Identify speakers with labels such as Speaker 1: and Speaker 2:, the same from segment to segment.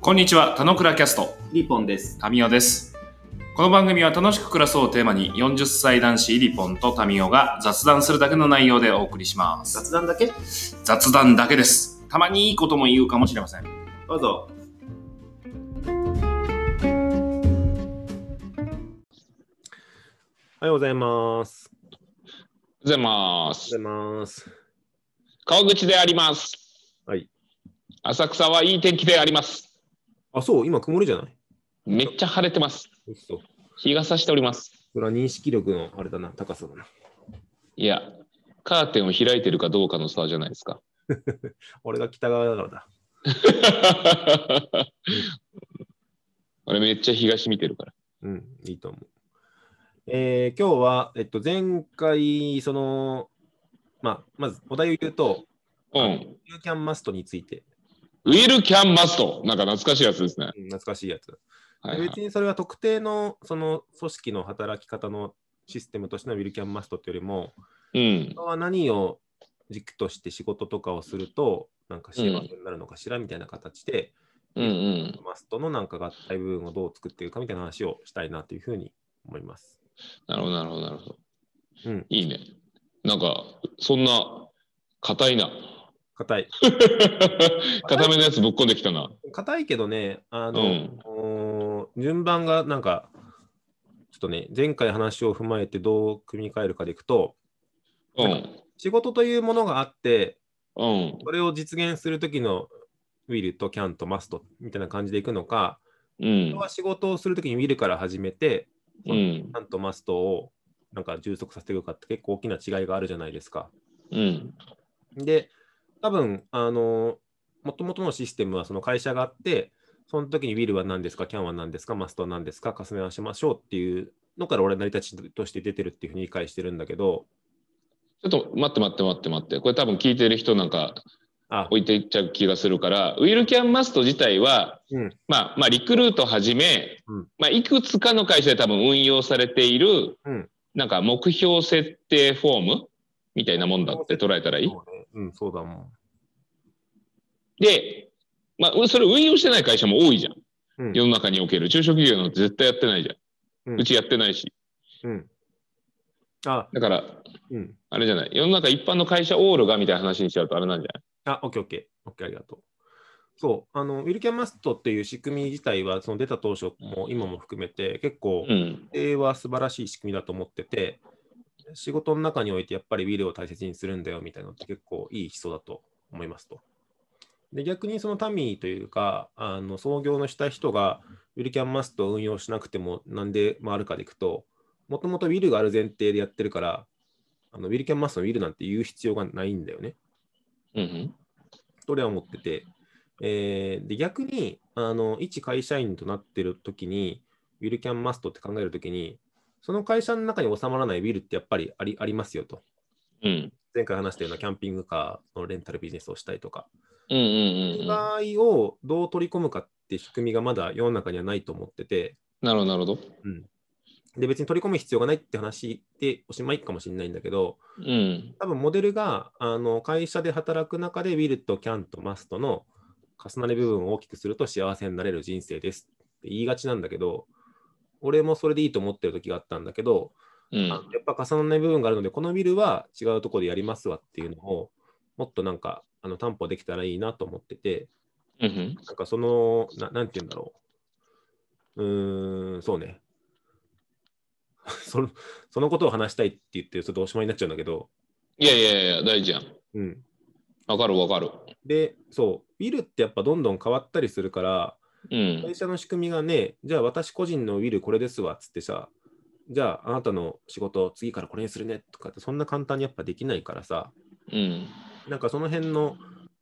Speaker 1: こんにちは、田野倉キャスト、
Speaker 2: リポンです。
Speaker 1: タミオです。この番組は楽しく暮らそうをテーマに、40歳男子リポンとタミオが雑談するだけの内容でお送りします。
Speaker 2: 雑談だけど
Speaker 1: 雑談だけです。たまにいいことも言うかもしれません。
Speaker 2: うぞ。おはようございます。
Speaker 3: ございま
Speaker 2: おは
Speaker 3: す。
Speaker 2: ようございます。
Speaker 3: 川口であります。
Speaker 2: はい。
Speaker 3: 浅草はいい天気であります。
Speaker 2: あ、そう、今曇りじゃない
Speaker 3: めっちゃ晴れてます。
Speaker 2: 嘘。そ
Speaker 3: 日が差しております。
Speaker 2: れは認識力のあれだな、高さだな。
Speaker 3: いや、カーテンを開いてるかどうかの差じゃないですか。
Speaker 2: 俺が北側だからだ。
Speaker 3: 俺めっちゃ東見てるから。
Speaker 2: うん、いいと思う。えー今日は、えっと、前回、その、まあ、まずお題を言うと、
Speaker 3: うん。
Speaker 2: ユーキャンマストについて、
Speaker 3: ウィルキャンマスト。なんか懐かしいやつですね。
Speaker 2: うん懐かしいやつ。
Speaker 3: はいはい
Speaker 2: 別にそれは特定のその組織の働き方のシステムとしてのウィルキャンマストっていうよりも、
Speaker 3: うん。
Speaker 2: 人は何を軸として仕事とかをすると、なんか幸せになるのかしらみたいな形で、
Speaker 3: うんうん。
Speaker 2: マストのなんか合体部分をどう作っていくかみたいな話をしたいなというふうに思います。
Speaker 3: なるほど、なるほど、なるほど。
Speaker 2: うん、
Speaker 3: いいね。なんか、そんな、硬いな。
Speaker 2: 硬い。
Speaker 3: 硬めのやつぶっこんできたな。
Speaker 2: 硬いけどね、あ
Speaker 3: う
Speaker 2: の、
Speaker 3: ん。
Speaker 2: おー順番がなんか、ちょっとね、前回話を踏まえてどう組み替えるかでいくと、
Speaker 3: うん。
Speaker 2: 仕事というものがあって、
Speaker 3: うん。
Speaker 2: それを実現するときのウィルとキャンとマストみたいな感じでいくのか、
Speaker 3: うん
Speaker 2: 人。は仕事をするときにウィルから始めて、
Speaker 3: うん
Speaker 2: キ。ャンとマストをなんか充足させていくかって結構大きな違いがあるじゃないですか。
Speaker 3: うん。
Speaker 2: で、多分あのもともとのシステムはその会社があって、その時にウィルは何ですか、キャンは何ですか、マストは何ですか、重ね合わせましょうっていうのから俺は成り立ちとして出てるっていうふうに理解してるんだけど、
Speaker 3: ちょっと待って待って待って待って。これ多分聞いてる人なんか
Speaker 2: あ、
Speaker 3: 置いていっちゃう気がするから、ウィルキャンマスト自体は、
Speaker 2: うん、
Speaker 3: まあ、まあ、リクルートはじめ、
Speaker 2: うん
Speaker 3: まあ、いくつかの会社で多分運用されている、
Speaker 2: うん
Speaker 3: なんか目標設定フォームみたいなもんだって捉えたらいい。
Speaker 2: そうねうん、そうだもん。
Speaker 3: で、まあ、それ運用してない会社も多いじゃん。
Speaker 2: うん
Speaker 3: 世の中における中小企業なんて絶対やってないじゃん。
Speaker 2: う
Speaker 3: うんちやってないし。
Speaker 2: うん、あ、
Speaker 3: だから、
Speaker 2: うん、
Speaker 3: あれじゃない。世の中一般の会社オールがみたいな話にしちゃうとあれなんじゃ
Speaker 2: あ、オッケーオッケー、オッケー、ありがとう。そう、あの、ウィルキャンマストっていう仕組み自体は、その出た当初も今も含めて、結構、
Speaker 3: ないうん。
Speaker 2: 経営は素晴らしい仕組みだと思ってて、仕事の中においてやっぱりウィルを大切にするんだよみたいなのって結構いい思想だと思いますと。で、逆にそのタミーというか、あの創業のした人がウィルキャンマストを運用しなくてもなんで回るかでいくと、もともとウィルがある前提でやってるから、あのウィルキャンマストのウィルなんて言う必要がないんだよね。
Speaker 3: うん
Speaker 2: と俺は思ってて、えーで逆にあの一会社員となってる時にウィルキャンマストって考える時にその会社の中に収まらないウィルってやっぱりありありますよと
Speaker 3: うん。うん。
Speaker 2: 前回話したようなキャンピングカーのレンタルビジネスをしたりとか、
Speaker 3: うんうんうんうん。
Speaker 2: 場合をどう取り込むかって仕組みがまだ世の中にはないと思ってて
Speaker 3: なるほど、なるほど。
Speaker 2: で別に取り込む必要がないって話でおしまいかもしれないんだけど
Speaker 3: うん。
Speaker 2: 多分モデルがあの会社で働く中でウィルとキャンとマストの重なり部分を大きくすると幸せになれる人生ですって言いがちなんだけど俺もそれでいいと思ってる時があったんだけど、
Speaker 3: うん。
Speaker 2: あやっぱ重ならない部分があるのでこのウィルは違うところでやりますわっていうのをもっとなんかあの担保できたらいいなと思ってて
Speaker 3: うん
Speaker 2: なんかそのななんて言うんだろううーんそうね そのそのことを話したいって言ってちょっとおしまいになっちゃうんだけど、
Speaker 3: いやいやいや、大事じゃん。
Speaker 2: うん、
Speaker 3: わかるわかる。
Speaker 2: で、そう、ウィルってやっぱどんどん変わったりするから、
Speaker 3: うん
Speaker 2: 会。社の仕組みがね、じゃあ私個人のウィルこれですわっつってさ、じゃああなたの仕事を次からこれにするねとかってそんな簡単にやっぱできないからさ、
Speaker 3: うん。
Speaker 2: なんかその辺の、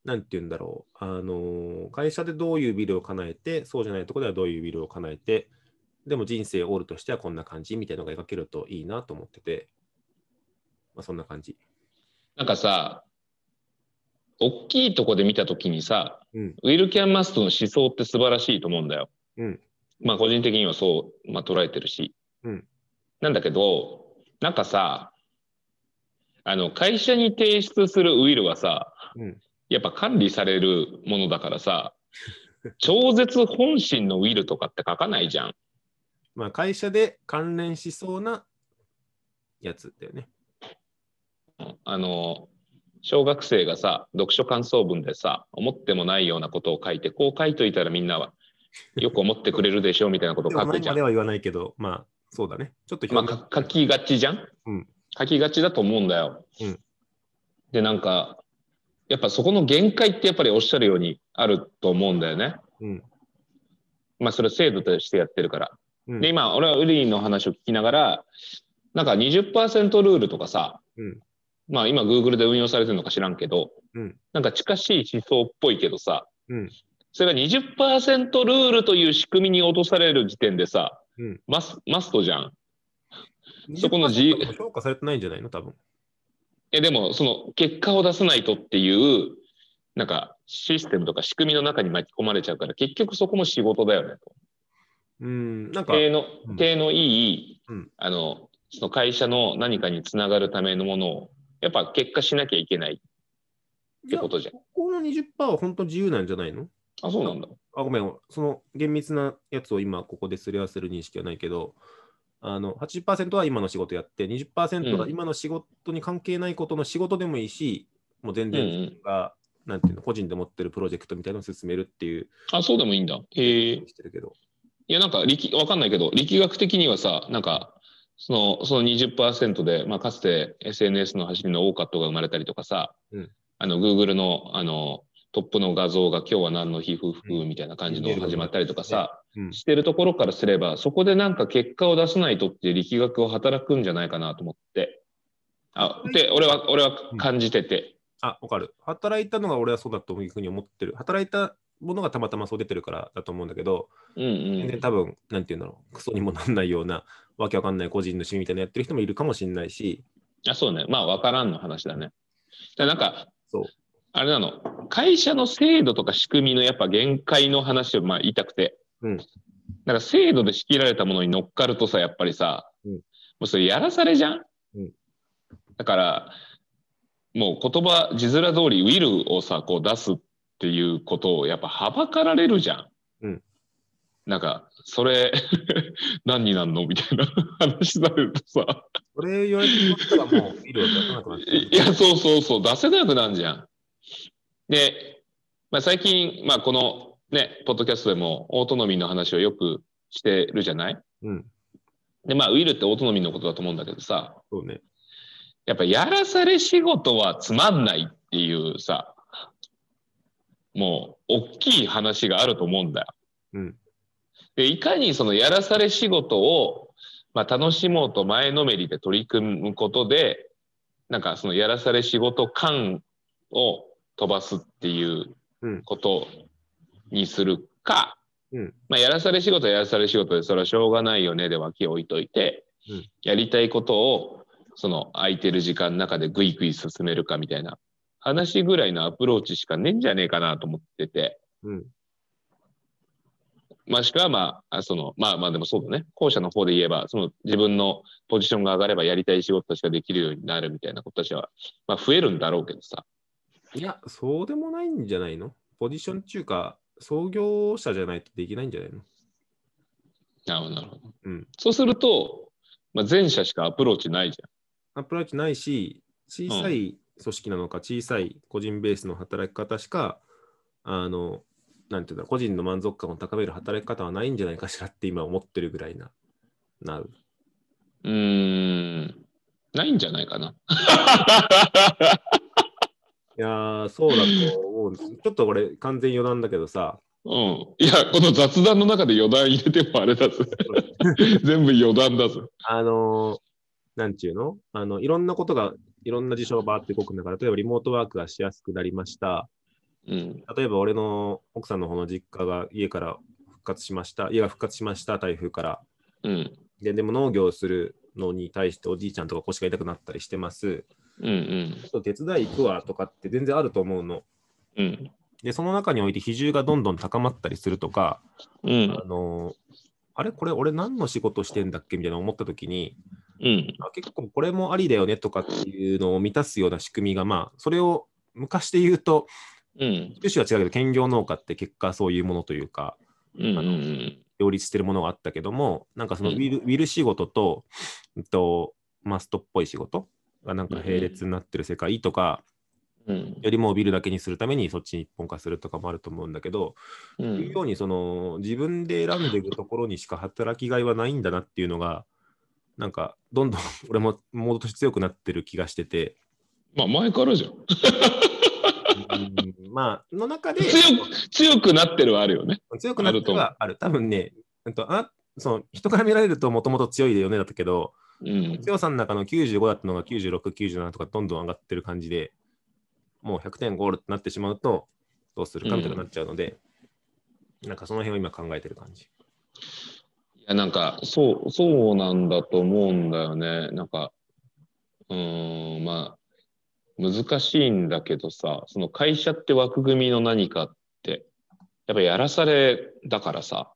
Speaker 2: なんて言うんだろう、あのー会社でどういうウィルを叶えて、そうじゃないところではどういうウィルを叶えて、でも人生オールとしてはこんな感じみたいなのが描けるといいなと思ってて、まあそんな感じ。
Speaker 3: なんかさ、大きいとこで見たときにさ、
Speaker 2: うん
Speaker 3: ウィル・キャンマストの思想って素晴らしいと思うんだよ。
Speaker 2: うん
Speaker 3: まあ個人的にはそう、まあ、捉えてるし。
Speaker 2: うん
Speaker 3: なんだけど、なんかさ、あの会社に提出するウィルはさ、
Speaker 2: うん
Speaker 3: やっぱ管理されるものだからさ、超絶本心のウィルとかって書かないじゃん。
Speaker 2: まあ、会社で関連しそうなやつだよね。
Speaker 3: あの小学生がさ読書感想文でさ思ってもないようなことを書いてこう書いといたらみんなはよく思ってくれるでしょうみたいなことを
Speaker 2: でも
Speaker 3: 書く
Speaker 2: 前
Speaker 3: じゃ
Speaker 2: ま
Speaker 3: ん
Speaker 2: で。は言わないけど、まあ、そうだね。ちょっと
Speaker 3: まあ、
Speaker 2: 広
Speaker 3: か書きがちじゃん、
Speaker 2: うん
Speaker 3: 書きがちだと思うんだよ。
Speaker 2: うん
Speaker 3: でなんかやっぱそこの限界ってやっぱりおっしゃるようにあると思うんだよね。
Speaker 2: うん
Speaker 3: まあそれを制度としてやってるから。
Speaker 2: うん
Speaker 3: で今俺はウリーの話を聞きながらなんか20%ルールとかさ、
Speaker 2: うん
Speaker 3: まあ今 Google で運用されてるのか知らんけど、
Speaker 2: うん
Speaker 3: なんか近しい思想っぽいけどさ、
Speaker 2: うん
Speaker 3: それが20%ルールという仕組みに落とされる時点でさ、
Speaker 2: うん
Speaker 3: マスマストじゃん。
Speaker 2: 20%
Speaker 3: そこの自由
Speaker 2: も評価されてないんじゃないの多分。
Speaker 3: いやでもその結果を出さないとっていうなんかシステムとか仕組みの中に巻き込まれちゃうから結局そこも仕事だよね
Speaker 2: うん、なん
Speaker 3: と。
Speaker 2: か、
Speaker 3: 手の
Speaker 2: うん
Speaker 3: 手のいい、
Speaker 2: うん
Speaker 3: あのその会社の何かにつながるためのものをやっぱ結果しなきゃいけないってことじゃん。
Speaker 2: ここの20%は本当自由なんじゃないの
Speaker 3: あそうなんだ。
Speaker 2: あ、ごめん、その厳密なやつを今ここですり合わせる認識はないけど、あの80%は今の仕事やって、20%は
Speaker 3: うん
Speaker 2: 今の仕事に関係ないことの仕事でもいいし、もう全
Speaker 3: うんう
Speaker 2: 然
Speaker 3: ん
Speaker 2: 自分が、なんていうの、個人で持ってるプロジェクトみたいなのを進めるっていう、
Speaker 3: あそうでもいいんだ。へえ。い
Speaker 2: してるけど、
Speaker 3: やなんか力わかんないけど力学的にはさなんかそのその20%で、まあ、かつて SNS の走りのオーカットが生まれたりとかさ、
Speaker 2: うん
Speaker 3: あの Google のあのトップの画像が今日は何の日夫婦みたいな感じの
Speaker 2: うん
Speaker 3: 始まったりとかさ、
Speaker 2: うん
Speaker 3: してるところからすればそこでなんか結果を出さないとっていう力学を働くんじゃないかなと思ってあで俺は俺は感じてて、
Speaker 2: あ、わかる。働いたのが俺はそうだというふうに思ってる。働いたものがたまたまそう出てるからだと思うんだけど、
Speaker 3: うんうん
Speaker 2: 全然多分、なんていうんだろう、クソにもなんないような、わけわかんない個人の趣味みたいなのやってる人もいるかもしれないし、
Speaker 3: あそうねまあ分からんの話だね。だからなんか
Speaker 2: そう。
Speaker 3: あれなの、会社の制度とか仕組みのやっぱ限界の話をまあ言いたくて、
Speaker 2: うん
Speaker 3: なんか制度で仕切られたものに乗っかるとさ、やっぱりさ、
Speaker 2: うん
Speaker 3: もうそれやらされじゃん。
Speaker 2: うん
Speaker 3: だから、もう言葉、字面通りウィルをさ、こう出すっていうことをやっぱはばかられるじゃん。
Speaker 2: うん
Speaker 3: なんか、それ 何になんのみたいな話になるとさ、
Speaker 2: それ言われてもらったらもう、ビルを出さなくなっちゃう。
Speaker 3: いや、そうそうそう、出せなくなんじゃん。で、まあ、最近、まあ、このね、ポッドキャストでもオートノミーの話をよくしてるじゃない
Speaker 2: うん、
Speaker 3: で、まあ、ウィルってオートノミーのことだと思うんだけどさ、
Speaker 2: そうね。
Speaker 3: やっぱやらされ仕事はつまんないっていうさ、もう、大きい話があると思うんだよ。
Speaker 2: うん。
Speaker 3: で、いかにそのやらされ仕事を、まあ、楽しもうと前のめりで取り組むことで、なんかそのやらされ仕事感を飛ばすっていう
Speaker 2: うん
Speaker 3: ことにするか、
Speaker 2: うん
Speaker 3: まあ、やらされ仕事はやらされ仕事でそれはしょうがないよねで脇を置いといて、
Speaker 2: うん
Speaker 3: やりたいことをその空いてる時間の中でぐいぐい進めるかみたいな話ぐらいのアプローチしかねえんじゃねえかなと思ってて。
Speaker 2: うん。
Speaker 3: まあしくはまあ、あその、まあまあでもそうだね。後者の方で言えば、その自分のポジションが上がればやりたい仕事しかできるようになるみたいな子たちは、まあ増えるんだろうけどさ。
Speaker 2: いや、そうでもないんじゃないのポジション中か、創業者じゃないとできないんじゃないの
Speaker 3: なるほど、なるほど。
Speaker 2: うん
Speaker 3: そうすると、まあ前者しかアプローチないじ
Speaker 2: アプローチないし、小さい組織なのか、小さい個人ベースの働き方しか、あの、なんていうんだろう、個人の満足感を高める働き方はないんじゃないかしらって今思ってるぐらいな、なう。
Speaker 3: ゃん。うーん。ないんじゃないかな。
Speaker 2: いやー、そうだと思う。ちょっとこれ、完全余談だけどさ、
Speaker 3: うん。いや、この雑談の中で余談入れてもあれだぜ。全部余談だぜ。
Speaker 2: あのーなんちゅうのあの、いろんなことが、いろんな事象がバーって動く中、例えばリモートワークがしやすくなりました。
Speaker 3: うん。
Speaker 2: 例えば俺の奥さんの方の実家が家から復活しました。家が復活しました、台風から。
Speaker 3: うん。
Speaker 2: で、でも農業をするのに対しておじいちゃんとか腰が痛くなったりしてます。
Speaker 3: うんうん。
Speaker 2: ちょっと手伝い行くわとかって全然あると思うの。
Speaker 3: うん。
Speaker 2: で、その中において比重がどんどん高まったりするとか、
Speaker 3: うん。
Speaker 2: あのーあれこれ俺何の仕事してんだっけみたいな思った時に、
Speaker 3: うん。
Speaker 2: あ結構これもありだよねとかっていうのを満たすような仕組みが、まあ、それを昔で言うと、
Speaker 3: うん。
Speaker 2: 種種は違うけど、兼業農家って結果そういうものというか、
Speaker 3: うんうんうん。
Speaker 2: 両立してるものがあったけども、なんかそのウ
Speaker 3: うん
Speaker 2: ィル,、ウィル仕事と、うんと、マストっぽい仕事がなんか並列になってる世界とか、
Speaker 3: うん
Speaker 2: よりもウィルだけにするためにそっちに一本化するとかもあると思うんだけど、
Speaker 3: う
Speaker 2: いうんようにその自分で選んでいくところにしか働きがいはないんだなっていうのが、なんかどんどん 俺もモードとして強くなってる気がしてて、
Speaker 3: まあ前からじゃん。
Speaker 2: うんまあ、の中で
Speaker 3: 強く、強くなってるはあるよね。
Speaker 2: 強くなってはある。多分ね、うんとあその人から見られるともともと強いよねだったけど、
Speaker 3: うん。
Speaker 2: 強さの中の95だったのが96、97とかどんどん上がってる感じで、もう100点ゴールってなってしまうと、どうするかみたいになっちゃうので、なんかその辺を今考えてる感じ。
Speaker 3: いや、なんか、そう、そうなんだと思うんだよね。なんか、うーん、まあ、難しいんだけどさ、その会社って枠組みの何かって、やっぱやらされだからさ。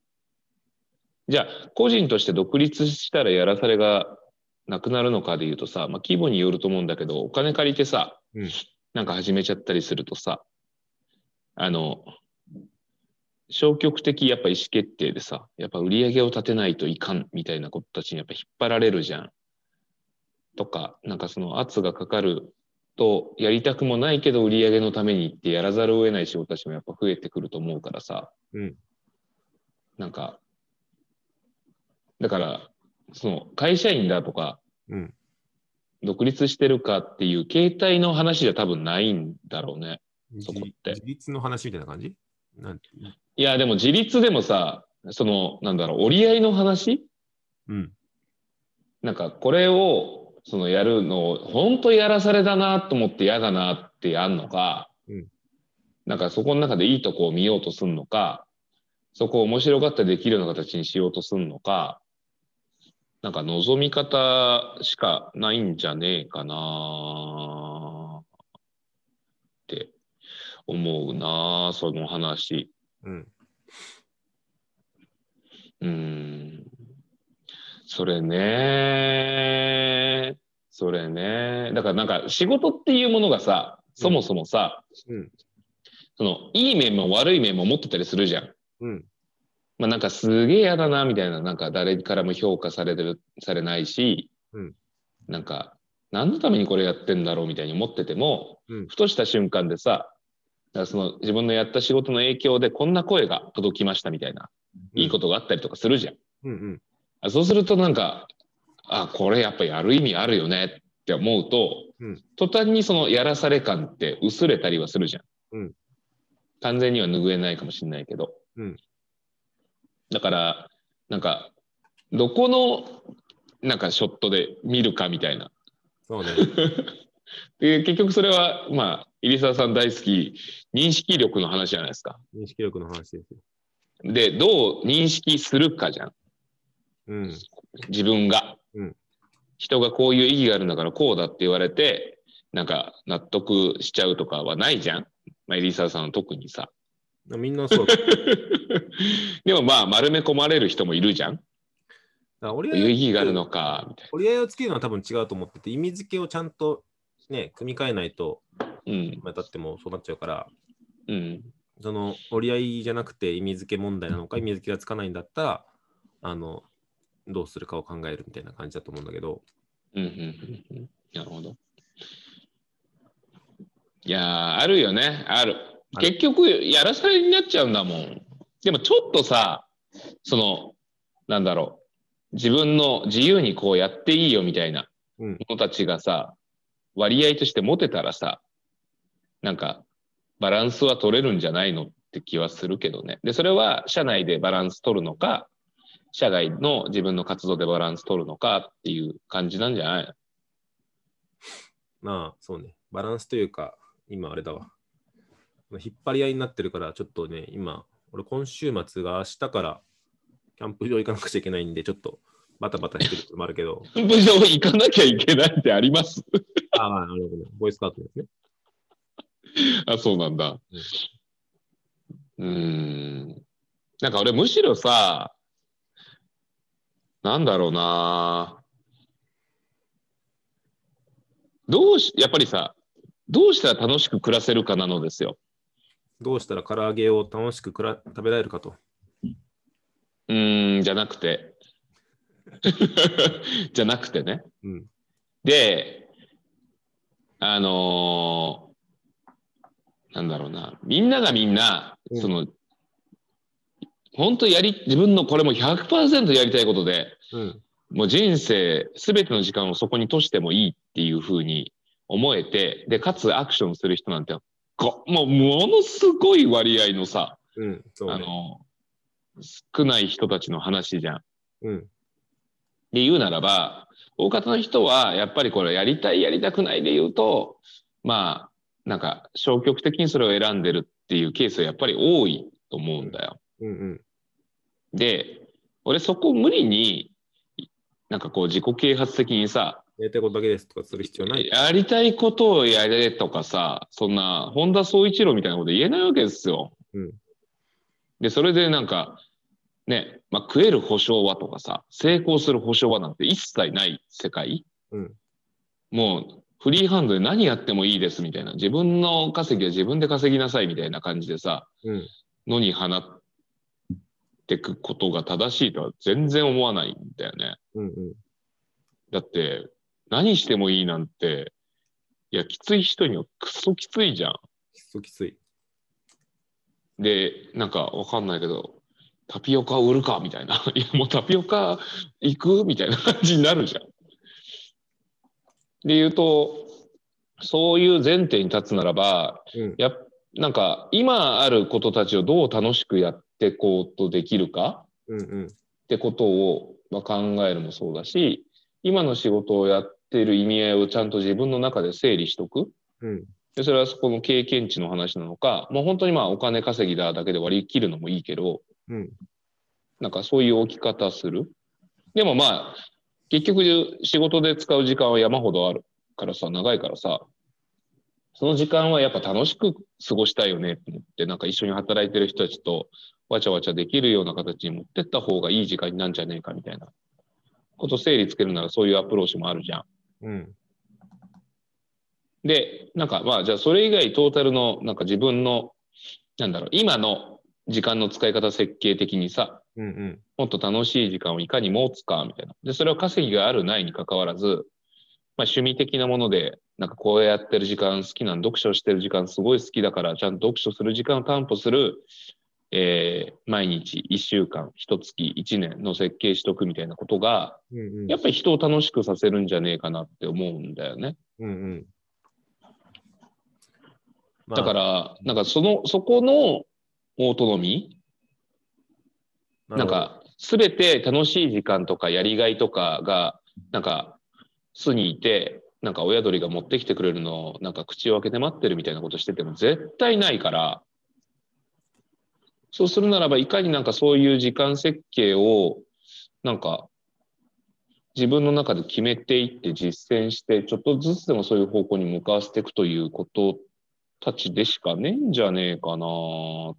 Speaker 3: じゃあ、個人として独立したらやらされがなくなるのかで言うとさ、まあ、規模によると思うんだけど、お金借りてさ、
Speaker 2: うん
Speaker 3: なんか始めちゃったりするとさ、あの、消極的やっぱ意思決定でさ、やっぱ売り上げを立てないといかんみたいなことたちにやっぱ引っ張られるじゃん。とか、なんかその圧がかかると、やりたくもないけど売り上げのためにってやらざるを得ない仕事たちもやっぱ増えてくると思うからさ、
Speaker 2: うん
Speaker 3: なんか、だから、その会社員だとか、
Speaker 2: うん
Speaker 3: 独立してるかっていう形態の話じゃ多分ないんだろうね。そこっ
Speaker 2: 自
Speaker 3: て
Speaker 2: 自立の話みたいな感じなんて
Speaker 3: いや、でも自立でもさ、その、なんだろう、折り合いの話
Speaker 2: うん。
Speaker 3: なんかこれをそのやるのを本当やらされだなと思って嫌だなってやんのか、
Speaker 2: うん
Speaker 3: なんかそこの中でいいとこを見ようとすんのかそこを面白がったできるような形にしようとすんのかなんか望み方しかないんじゃねえかなって思うなその話。
Speaker 2: うん。
Speaker 3: うーんそれね。それね。だからなんか仕事っていうものがさ、そもそもさ、
Speaker 2: うん
Speaker 3: そのいい面も悪い面も持ってたりするじゃん。
Speaker 2: うん。
Speaker 3: まあ、なんかすげえ嫌だなみたいな、なんか誰からも評価されてる、されないし、
Speaker 2: うん
Speaker 3: なんか何のためにこれやってんだろうみたいに思ってても、
Speaker 2: うん
Speaker 3: ふとした瞬間でさ、だからその自分のやった仕事の影響でこんな声が届きましたみたいな、いいことがあったりとかするじゃん。
Speaker 2: うんうん。
Speaker 3: あそうするとなんか、あ、これやっぱやる意味あるよねって思うと、
Speaker 2: うん
Speaker 3: 途端にそのやらされ感って薄れたりはするじゃん。
Speaker 2: うん
Speaker 3: 完全には拭えないかもしれないけど。
Speaker 2: うん
Speaker 3: だから、なんか、どこの、なんかショットで見るかみたいな。
Speaker 2: そうね。
Speaker 3: で結局それは、まあ、入澤さん大好き、認識力の話じゃないですか。
Speaker 2: 認識力の話ですよ。
Speaker 3: で、どう認識するかじゃん。
Speaker 2: うん。
Speaker 3: 自分が、
Speaker 2: うん
Speaker 3: 人がこういう意義があるんだからこうだって言われてなんか納得しちゃうとかはないじゃん、まあ、エリサさんは特にさ
Speaker 2: みんなそう。だか
Speaker 3: でもまあ丸め込まれる人もいるじゃんこ
Speaker 2: ら折
Speaker 3: う
Speaker 2: り
Speaker 3: い
Speaker 2: 合
Speaker 3: う
Speaker 2: い
Speaker 3: 意義があるのかみたい
Speaker 2: 折り合いをつけるのは多分違うと思ってて、意味付けをちゃんとね、組み替えないと、
Speaker 3: なうん
Speaker 2: まあ、だってもうそうなっちゃうから、
Speaker 3: うん
Speaker 2: その折り合いじゃなくて意味付け問題なのか、意味付けがつかないんだったら、あの、どうするかを考えるみたいな感じだと思うんだけど、
Speaker 3: うんうんうんうんなるほどいやーあるよねある
Speaker 2: ある
Speaker 3: 結局やらされになっちゃうんだもんでもちょっとさそのなんだろう自分の自由にこうやっていいよみたいな
Speaker 2: うん
Speaker 3: 子たちがさ、割合として持てたらさ、なんかバランスは取れるんじゃないのって気はするけどね。で、それは社内でバランス取るのか、社外の自分の活動でバランス取るのかっていう感じなんじゃないの
Speaker 2: まあそうね、バランスというか、今あれだわ。引っ張り合いになってるから、ちょっとね、今、俺今週末が明日からキャンプ場行かなくちゃいけないんで、ちょっとバタバタしてることもあるけど、
Speaker 3: キャンプ場行かなきゃいけないってあります
Speaker 2: ああ、なるほど、ボイスカートですね。
Speaker 3: あ、そうなんだ。うーん。なんか俺むしろさ、なんだろうなどうし、やっぱりさ、どうしたら楽しく暮らせるかなのですよ。
Speaker 2: どうしたら唐揚げを楽しくくら食べられるかと。
Speaker 3: うーん、じゃなくて。 じゃなくてね。
Speaker 2: うん。
Speaker 3: で、あのーなんだろうな、みんながみんな、
Speaker 2: うん
Speaker 3: その、本当やり、自分のこれも100%やりたいことで、
Speaker 2: うん。
Speaker 3: もう人生全ての時間をそこにとしてもいいっていうふうに思えて、で、かつアクションする人なんて、こもうものすごい割合のさ、
Speaker 2: うん。そう
Speaker 3: あ
Speaker 2: ね。
Speaker 3: の、少ない人たちの話じゃん。
Speaker 2: うん。
Speaker 3: で言うならば、大方の人はやっぱりこれやりたいやりたくないで言うと、まあ、なんか消極的にそれを選んでるっていうケースがやっぱり多いと思うんだよ。
Speaker 2: うんうん。
Speaker 3: で、俺そこを無理に、なんかこう自己啓発的にさ、
Speaker 2: やりたいことだけですとかする必要ない。
Speaker 3: やりたいことをやれとかさ、そんな本田宗一郎みたいなこと言えないわけですよ。
Speaker 2: うん
Speaker 3: で、それでなんか、ね、まあ、食える保証はとかさ、成功する保証はなんて一切ない世界。
Speaker 2: うん
Speaker 3: もうフリーハンドで何やってもいいですみたいな、自分の稼ぎは自分で稼ぎなさいみたいな感じでさ、
Speaker 2: うん。
Speaker 3: 野に放ってくことが正しいとは全然思わないんだよね。
Speaker 2: うんうん。
Speaker 3: だって、何してもいいなんて、いや、きつい人にはクソきついじゃ
Speaker 2: きつきつい。
Speaker 3: ん。で、なんかわかんないけど、タピオカ売るかみたいな。 いや、もうタピオカ行くみたいな感じになるじゃん。で言うと、そういう前提に立つならば、
Speaker 2: うん。
Speaker 3: やっなんか今あることたちをどう楽しくやっていこうとできるか
Speaker 2: うんうん。
Speaker 3: ってことを、まあ、考えるもそうだし今の仕事をやっている意味合いをちゃんと自分の中で整理しとく
Speaker 2: うん。
Speaker 3: でそれはそこの経験値の話なのかもう本当にまあお金稼ぎだだけで割り切るのもいいけど
Speaker 2: うん。
Speaker 3: なんかそういう置き方するでもまあ結局仕事で使う時間は山ほどあるからさ長いからさその時間はやっぱ楽しく過ごしたいよねって思ってなんか一緒に働いてる人たちとわちゃわちゃできるような形に持ってった方がいい時間になんじゃねえかみたいなこと整理つけるならそういうアプローチもあるじゃん。
Speaker 2: うん。
Speaker 3: で、なんかまあじゃあそれ以外トータルのなんか自分のなんだろう今の時間の使い方設計的にさ
Speaker 2: うんうん。
Speaker 3: もっと楽しい時間をいかに持つかみたいな。で、それは稼ぎがあるないに関わらず、まあ、趣味的なもので、なんかこうやってる時間好きなん、読書してる時間すごい好きだから、ちゃんと読書する時間を担保する、えー毎日、1週間、1月、1年の設計しとくみたいなことが、
Speaker 2: うんうん。
Speaker 3: やっぱり人を楽しくさせるんじゃねえかなって思うんだよね。
Speaker 2: うんうん。まあ
Speaker 3: だか、ら、なんかその、そこのオートノミー、なんか、すべて楽しい時間とかやりがいとかが、なんか、巣にいて、なんか親鳥が持ってきてくれるのを、なんか口を開けて待ってるみたいなことしてても絶対ないから、そうするならば、いかになんかそういう時間設計を、なんか、自分の中で決めていって実践して、ちょっとずつでもそういう方向に向かわせていくということたちでしかねえんじゃねえかなーっ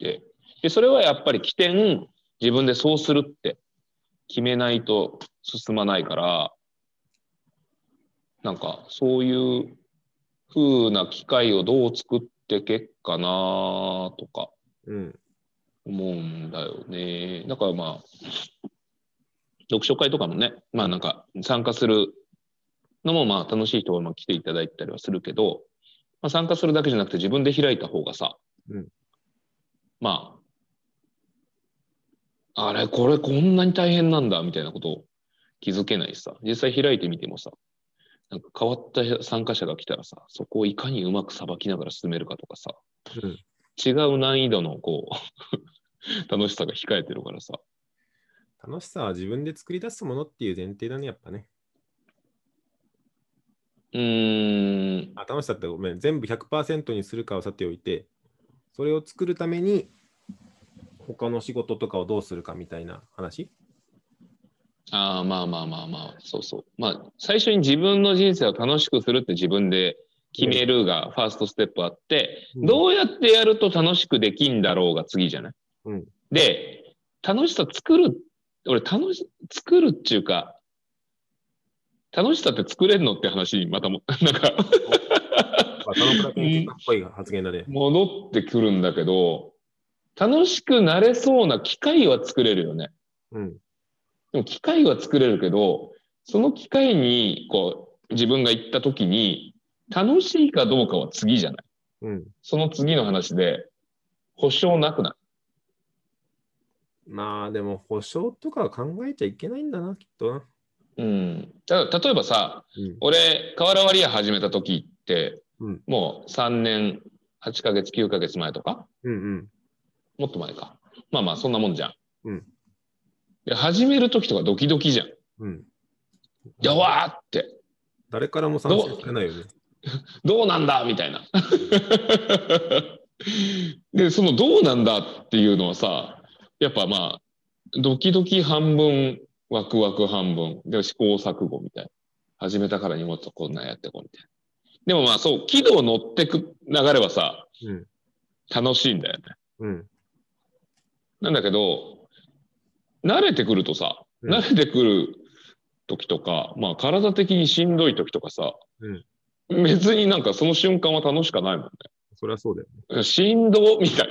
Speaker 3: て。で、それはやっぱり起点、自分でそうするって決めないと進まないから、なんかそういう風な機会をどう作ってけっかなとか
Speaker 2: うん。
Speaker 3: 思うんだよね。だからまあ、読書会とかもね、まあなんか参加するのもまあ楽しい人はまあ来ていただいたりはするけど、まあ、参加するだけじゃなくて自分で開いた方がさ、
Speaker 2: うん
Speaker 3: まあ、あれ、これこんなに大変なんだみたいなことを気づけないしさ、実際開いてみてもさ、なんか変わった参加者が来たらさ、そこをいかにうまくさばきながら進めるかとかさ、
Speaker 2: うん
Speaker 3: 違う難易度のこう楽しさが控えてるからさ、
Speaker 2: 楽しさは自分で作り出すものっていう前提だね、やっぱね。
Speaker 3: うーん、
Speaker 2: あ楽しさってごめん、全部100%にするかはさておいて、それを作るために、他の仕事とかをどうするかみたいな話
Speaker 3: ああ、まあまあまあまあ、そうそう。まあ、最初に自分の人生を楽しくするって自分で決めるがファーストステップあって、
Speaker 2: うん
Speaker 3: どうやってやると楽しくできんだろうが次じゃない、
Speaker 2: うん
Speaker 3: で、楽しさ作る、俺楽し、作るっていうか、 楽しさって作れんのって話にまたも、なんか
Speaker 2: わか田中君結果っぽい発言だね。
Speaker 3: 戻ってくるんだけど、楽しくなれそうな機会は作れるよね。
Speaker 2: うん。
Speaker 3: でも機会は作れるけど、その機会に、こう、自分が行った時に、楽しいかどうかは次じゃない。
Speaker 2: うん。
Speaker 3: その次の話で、保証なくない
Speaker 2: まあ、でも、保証とかは考えちゃいけないんだな、きっとな。
Speaker 3: うん、だから例えばさ
Speaker 2: うん。
Speaker 3: 俺瓦割り屋始めた時って、
Speaker 2: うん
Speaker 3: もう3年8ヶ月9ヶ月前とか
Speaker 2: うんうん。
Speaker 3: もっと前かまあまあそんなもんじゃん。
Speaker 2: うん
Speaker 3: で始める時とかドキドキじゃん。
Speaker 2: うん。
Speaker 3: やわーって
Speaker 2: 誰からも賛成してないよね。
Speaker 3: どうなんだみたいな。 でそのどうなんだっていうのはさやっぱまあドキドキ半分ワクワク半分で試行錯誤みたいな始めたからにもっとこんなんやってこうみたいな。でもまあそう軌道乗ってく流れはさ
Speaker 2: うん。
Speaker 3: 楽しいんだよね。
Speaker 2: うん。
Speaker 3: なんだけど慣れてくるとさ
Speaker 2: うん
Speaker 3: 慣れてくる時とか、まあ体的にしんどい時とかさ、別になんかその瞬間は楽しかないもんね。
Speaker 2: それはそうだよね。
Speaker 3: しんどみたい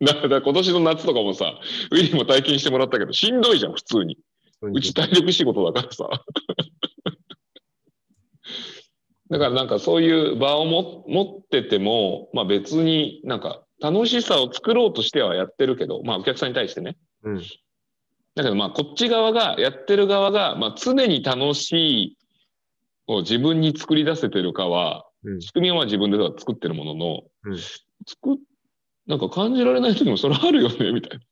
Speaker 3: な。だ から今年の夏とかもさ、ウィリーも体験してもらったけど、しんどいじゃん、普通に。うち体力仕事だからさ。 だからなんかそういう場をも持ってても、まあ別になんか楽しさを作ろうとしてはやってるけど、まあお客さんに対してね。
Speaker 2: うん。
Speaker 3: だけどまあこっち側が、やってる側が、まあ常に楽しいを自分に作り出せてるかは、
Speaker 2: うん。
Speaker 3: 仕組みは自分では作ってるものの、
Speaker 2: うん
Speaker 3: 作っなんか感じられない時もそれあるよねみたいな、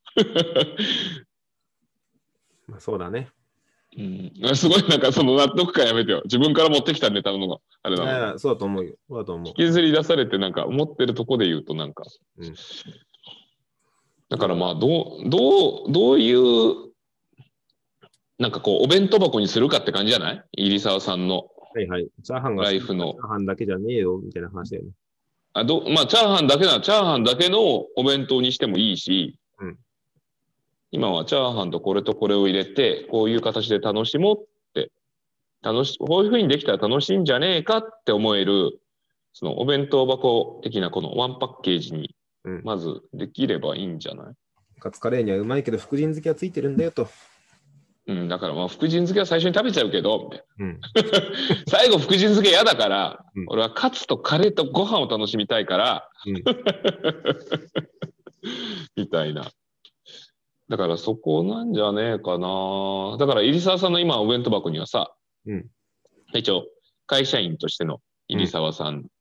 Speaker 2: まあ、そうだね。
Speaker 3: うん、すごいなんかその納得感やめてよ自分から持ってきたネタのがあれ
Speaker 2: い
Speaker 3: なの
Speaker 2: や
Speaker 3: に
Speaker 2: いやそうだと思うよ。そうだと思う
Speaker 3: 引。きずり出されてなんか思ってるとこで言うとなんか、
Speaker 2: うん
Speaker 3: だからまあどうどうどういうなんかこうお弁当箱にするかって感じじゃない入沢さんの
Speaker 2: はいはい。チャーハンが好き
Speaker 3: ライフの
Speaker 2: チャーハンだけじゃねえよ、みたいな話だよね。
Speaker 3: あど、まあ、チャーハンだけなら、チャーハンだけのお弁当にしてもいいし、
Speaker 2: うん
Speaker 3: 今はチャーハンとこれとこれを入れて、こういう形で楽しもうって、楽し、こういうふうにできたら楽しいんじゃねえかって思える、そのお弁当箱的なこのワンパッケージに
Speaker 2: うん、
Speaker 3: まずできればいいんじゃない、
Speaker 2: カツカレーにはうまいけど、福神漬けはついてるんだよと。
Speaker 3: うん、だからまあ、福神漬けは最初に食べちゃうけど、みたいな
Speaker 2: うん。
Speaker 3: 最後、福神漬け嫌だから、
Speaker 2: うん
Speaker 3: 俺はカツとカレーとご飯を楽しみたいから、
Speaker 2: うん
Speaker 3: みたいな。だからそこなんじゃねえかな。だから入澤さんの今お弁当箱にはさ、
Speaker 2: うん
Speaker 3: 一応会社員としての入澤さん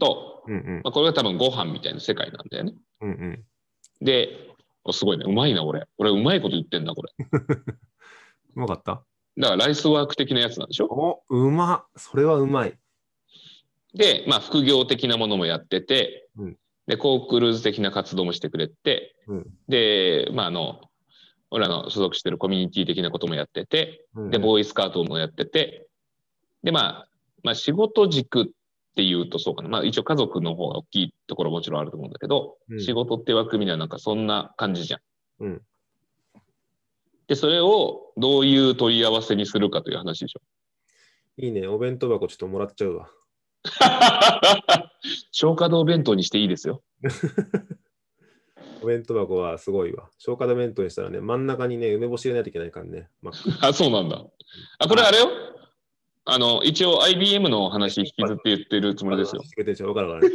Speaker 3: と、
Speaker 2: うんうん。
Speaker 3: まあ、これが多分ご飯みたいな世界なんだよね。
Speaker 2: うんうん。
Speaker 3: で、おすごいね、うまいな、俺。俺、うまいこと言ってんな、これ。
Speaker 2: うまかった
Speaker 3: だからライスワーク的なやつなんでしょ
Speaker 2: お、うま。それはうまい。
Speaker 3: で、まあ、副業的なものもやってて、
Speaker 2: うん
Speaker 3: で、コークルーズ的な活動もしてくれて、
Speaker 2: うん
Speaker 3: で、まあ、あの、俺らの所属してるコミュニティ的なこともやってて、
Speaker 2: うん
Speaker 3: で、ボーイスカートもやってて、で、まあ、まあ、仕事軸っていうとそうかな。まあ、一応家族の方が大きいところもちろんあると思うんだけど、
Speaker 2: うん
Speaker 3: 仕事って枠組みではなんかそんな感じじゃん。
Speaker 2: うん
Speaker 3: で、それをどういう問い合わせにするかという話でしょ。
Speaker 2: いいね。お弁当箱ちょっともらっちゃうわ。
Speaker 3: 消化道弁当にしていいですよ。
Speaker 2: お弁当箱はすごいわ。消化道弁当にしたらね、真ん中にね、梅干し入れないといけないからね。まあ、
Speaker 3: あ、そうなんだ。あ、これあれよ。あの、一応 IBM の話引きずって言ってるつもりですよ。
Speaker 2: つけてちゃうから ね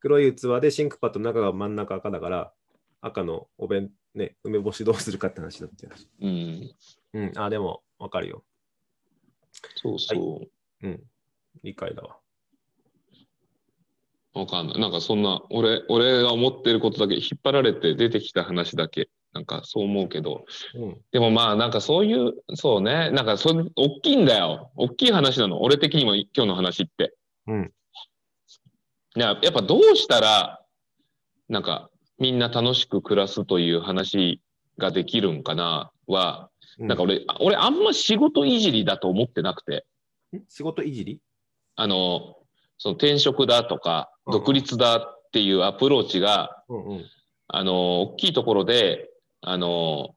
Speaker 2: 黒い器でシンクパッドの中が真ん中赤だから、赤のお弁、ね、梅干しどうするかって話だって。
Speaker 3: うん。
Speaker 2: うん。あ、でも、わかるよ。
Speaker 3: そうそ
Speaker 2: うん。理解だわ。
Speaker 3: う。わかんない。なんかそんな、俺、俺が思ってることだけ引っ張られて出てきた話だけ、なんかそう思うけど、
Speaker 2: うん。
Speaker 3: でもまあなんかそういう、そうね、なんかそれ、大きいんだよ。大きい話なの。俺的にも今日の話って。
Speaker 2: うん。
Speaker 3: いや、やっぱどうしたら、なんかみんな楽しく暮らすという話ができるんかなは、なんか俺、あ俺あんま仕事いじりだと思ってなくて、
Speaker 2: ん仕事いじり
Speaker 3: あの、その転職だとか、
Speaker 2: うん
Speaker 3: 独立だっていうアプローチが、
Speaker 2: うんうん。
Speaker 3: あの、大きいところで、あの、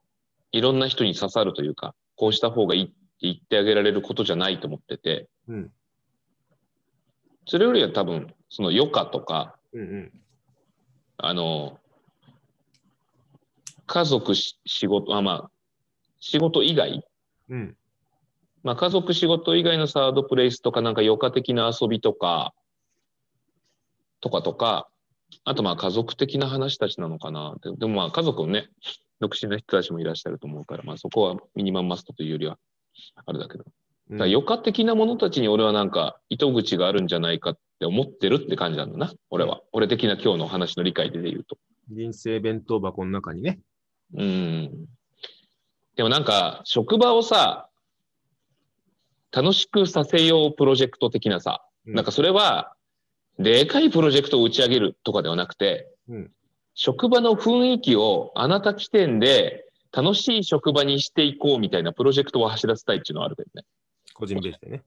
Speaker 3: いろんな人に刺さるというか、こうした方がいいって言ってあげられることじゃないと思ってて、
Speaker 2: うん。
Speaker 3: それよりは多分、その余暇とか、
Speaker 2: うんうん。
Speaker 3: あの、家族し、仕事、あ、まあ、仕事以外、
Speaker 2: うん。
Speaker 3: まあ、家族仕事以外のサードプレイスとか、なんか余暇的な遊びとか、とかとか、あとまあ家族的な話たちなのかな。ででもまあ家族のね、独身の人たちもいらっしゃると思うから、まあそこはミニマムマストというよりは、あれだけ
Speaker 2: う
Speaker 3: ど。だ
Speaker 2: ん
Speaker 3: から余暇的なものたちに俺はなんか糸口があるんじゃないかって思ってるって感じなんだな。俺は。俺的な今日の話の理解で言うと。
Speaker 2: 人生弁当箱の中にね。
Speaker 3: うん。でもなんか、職場をさ、楽しくさせようプロジェクト的なさ、
Speaker 2: う
Speaker 3: なんか、それは、でかいプロジェクトを打ち上げるとかではなくて、
Speaker 2: うん
Speaker 3: 職場の雰囲気をあなた起点で楽しい職場にしていこうみたいなプロジェクトを走らせたいっていうのはあるけどね。
Speaker 2: 個人ベースでね。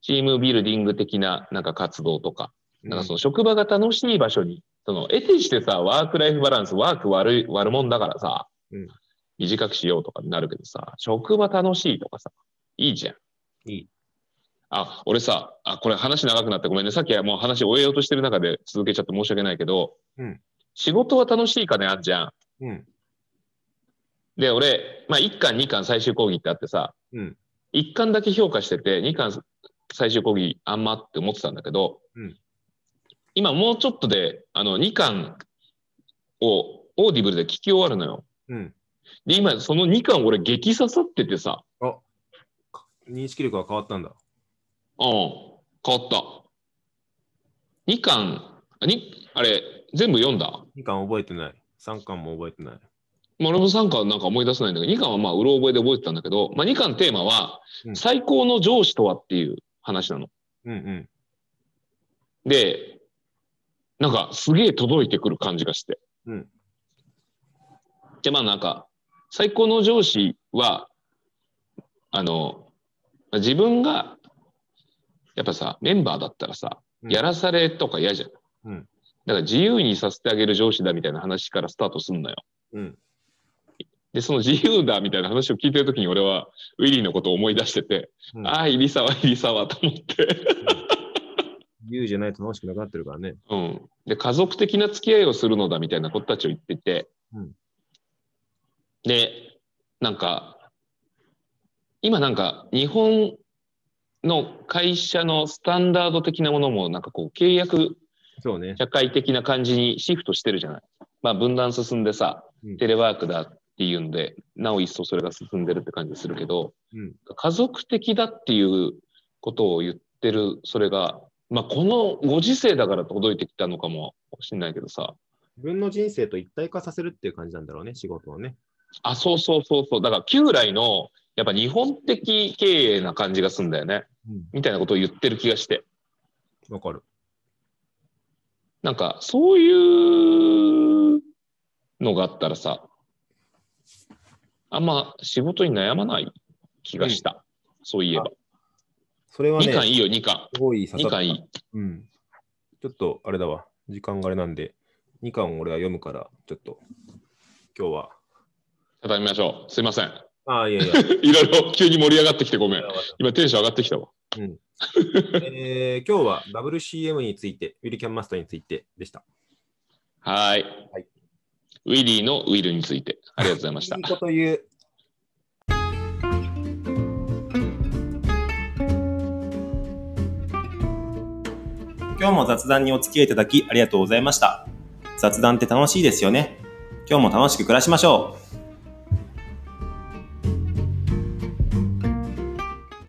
Speaker 3: チームビルディング的ななんか活動とか、なんかその職場が楽しい場所に、その、得てしてさ、ワークライフバランス、ワーク悪い、悪もんだからさ、
Speaker 2: うん
Speaker 3: 短くしようとかになるけどさ、職場楽しいとかさ、いいじゃん。
Speaker 2: いい。
Speaker 3: あ、俺さ、あ、これ話長くなってごめんね。さっきはもう話終えようとしてる中で続けちゃって申し訳ないけど、
Speaker 2: うん
Speaker 3: 仕事は楽しいかね、あんじゃん。
Speaker 2: うん。
Speaker 3: で、俺、まあ、1巻、2巻最終講義ってあってさ、
Speaker 2: うん
Speaker 3: 1巻だけ評価してて、2巻最終講義あんまって思ってたんだけど、
Speaker 2: うん
Speaker 3: 今もうちょっとで、あの、2巻をオーディブルで聞き終わるのよ。
Speaker 2: うん。
Speaker 3: で、今、その2巻俺激刺さっててさ、
Speaker 2: 認識力が変わったんだ。
Speaker 3: うん、変わった。2巻、あにあれ、全部読んだ
Speaker 2: 2巻覚えてない。3巻も覚えてない。
Speaker 3: まあ、俺も3巻なんか思い出せないんだけど、2巻はまあ、うろ覚えで覚えてたんだけど、まあ、2巻テーマは
Speaker 2: う、ん
Speaker 3: 最高の上司とはっていう話なの。
Speaker 2: うんうん。
Speaker 3: で、なんかすげえ届いてくる感じがして。
Speaker 2: うん
Speaker 3: で、まあなんか、最高の上司は、あの、自分が、やっぱさ、メンバーだったらさ、
Speaker 2: うん
Speaker 3: やらされとか嫌じゃん。
Speaker 2: うん
Speaker 3: だから自由にさせてあげる上司だみたいな話からスタートすんのよ。
Speaker 2: うん。
Speaker 3: で、その自由だみたいな話を聞いてるときに俺はウィリーのことを思い出してて、
Speaker 2: うん
Speaker 3: ああ、入り沢、入り沢と思って。
Speaker 2: 自由じゃないと楽しくなくなってるからね。
Speaker 3: うん、で家族的な付き合いをするのだみたいなことたちを言ってて、
Speaker 2: うん
Speaker 3: でなんか今なんか日本の会社のスタンダード的なものもなんかこう契約
Speaker 2: そうね。
Speaker 3: 社会的な感じにシフトしてるじゃない、まあ、分断進んでさ
Speaker 2: うん
Speaker 3: テレワークだっていうんでなお一層それが進んでるって感じするけど、
Speaker 2: うん
Speaker 3: 家族的だっていうことを言ってるそれが、まあ、このご時世だから届いてきたのかもしれないけどさ
Speaker 2: 自分の人生と一体化させるっていう感じなんだろうね、仕事をね。
Speaker 3: あそうそうそうそうだから旧来のやっぱ日本的経営な感じがするんだよね
Speaker 2: うん。
Speaker 3: みたいなことを言ってる気がして
Speaker 2: わかる。
Speaker 3: なんかそういうのがあったらさあんま仕事に悩まない気がした、そういえば
Speaker 2: それはね、
Speaker 3: 2巻
Speaker 2: す
Speaker 3: いいよ2巻
Speaker 2: ごい刺さ
Speaker 3: 2
Speaker 2: った
Speaker 3: 巻いい
Speaker 2: うん。ちょっとあれだわ、時間があれなんで、2巻を俺は読むから、ちょっと、今日は。
Speaker 3: 畳みましょうすいません
Speaker 2: ああ、いやいや。
Speaker 3: いろいろ急に盛り上がってきてごめん 今テンション上がってきたわ
Speaker 2: えー今日は WCM について、ウィルキャンマスターについてでした。
Speaker 3: はーい
Speaker 2: はい
Speaker 3: ウィリーのウィルについてありがとうございました
Speaker 2: いいこと言う。
Speaker 4: 今日も雑談にお付き合いいただきありがとうございました。雑談って楽しいですよね。今日も楽しく暮らしましょう。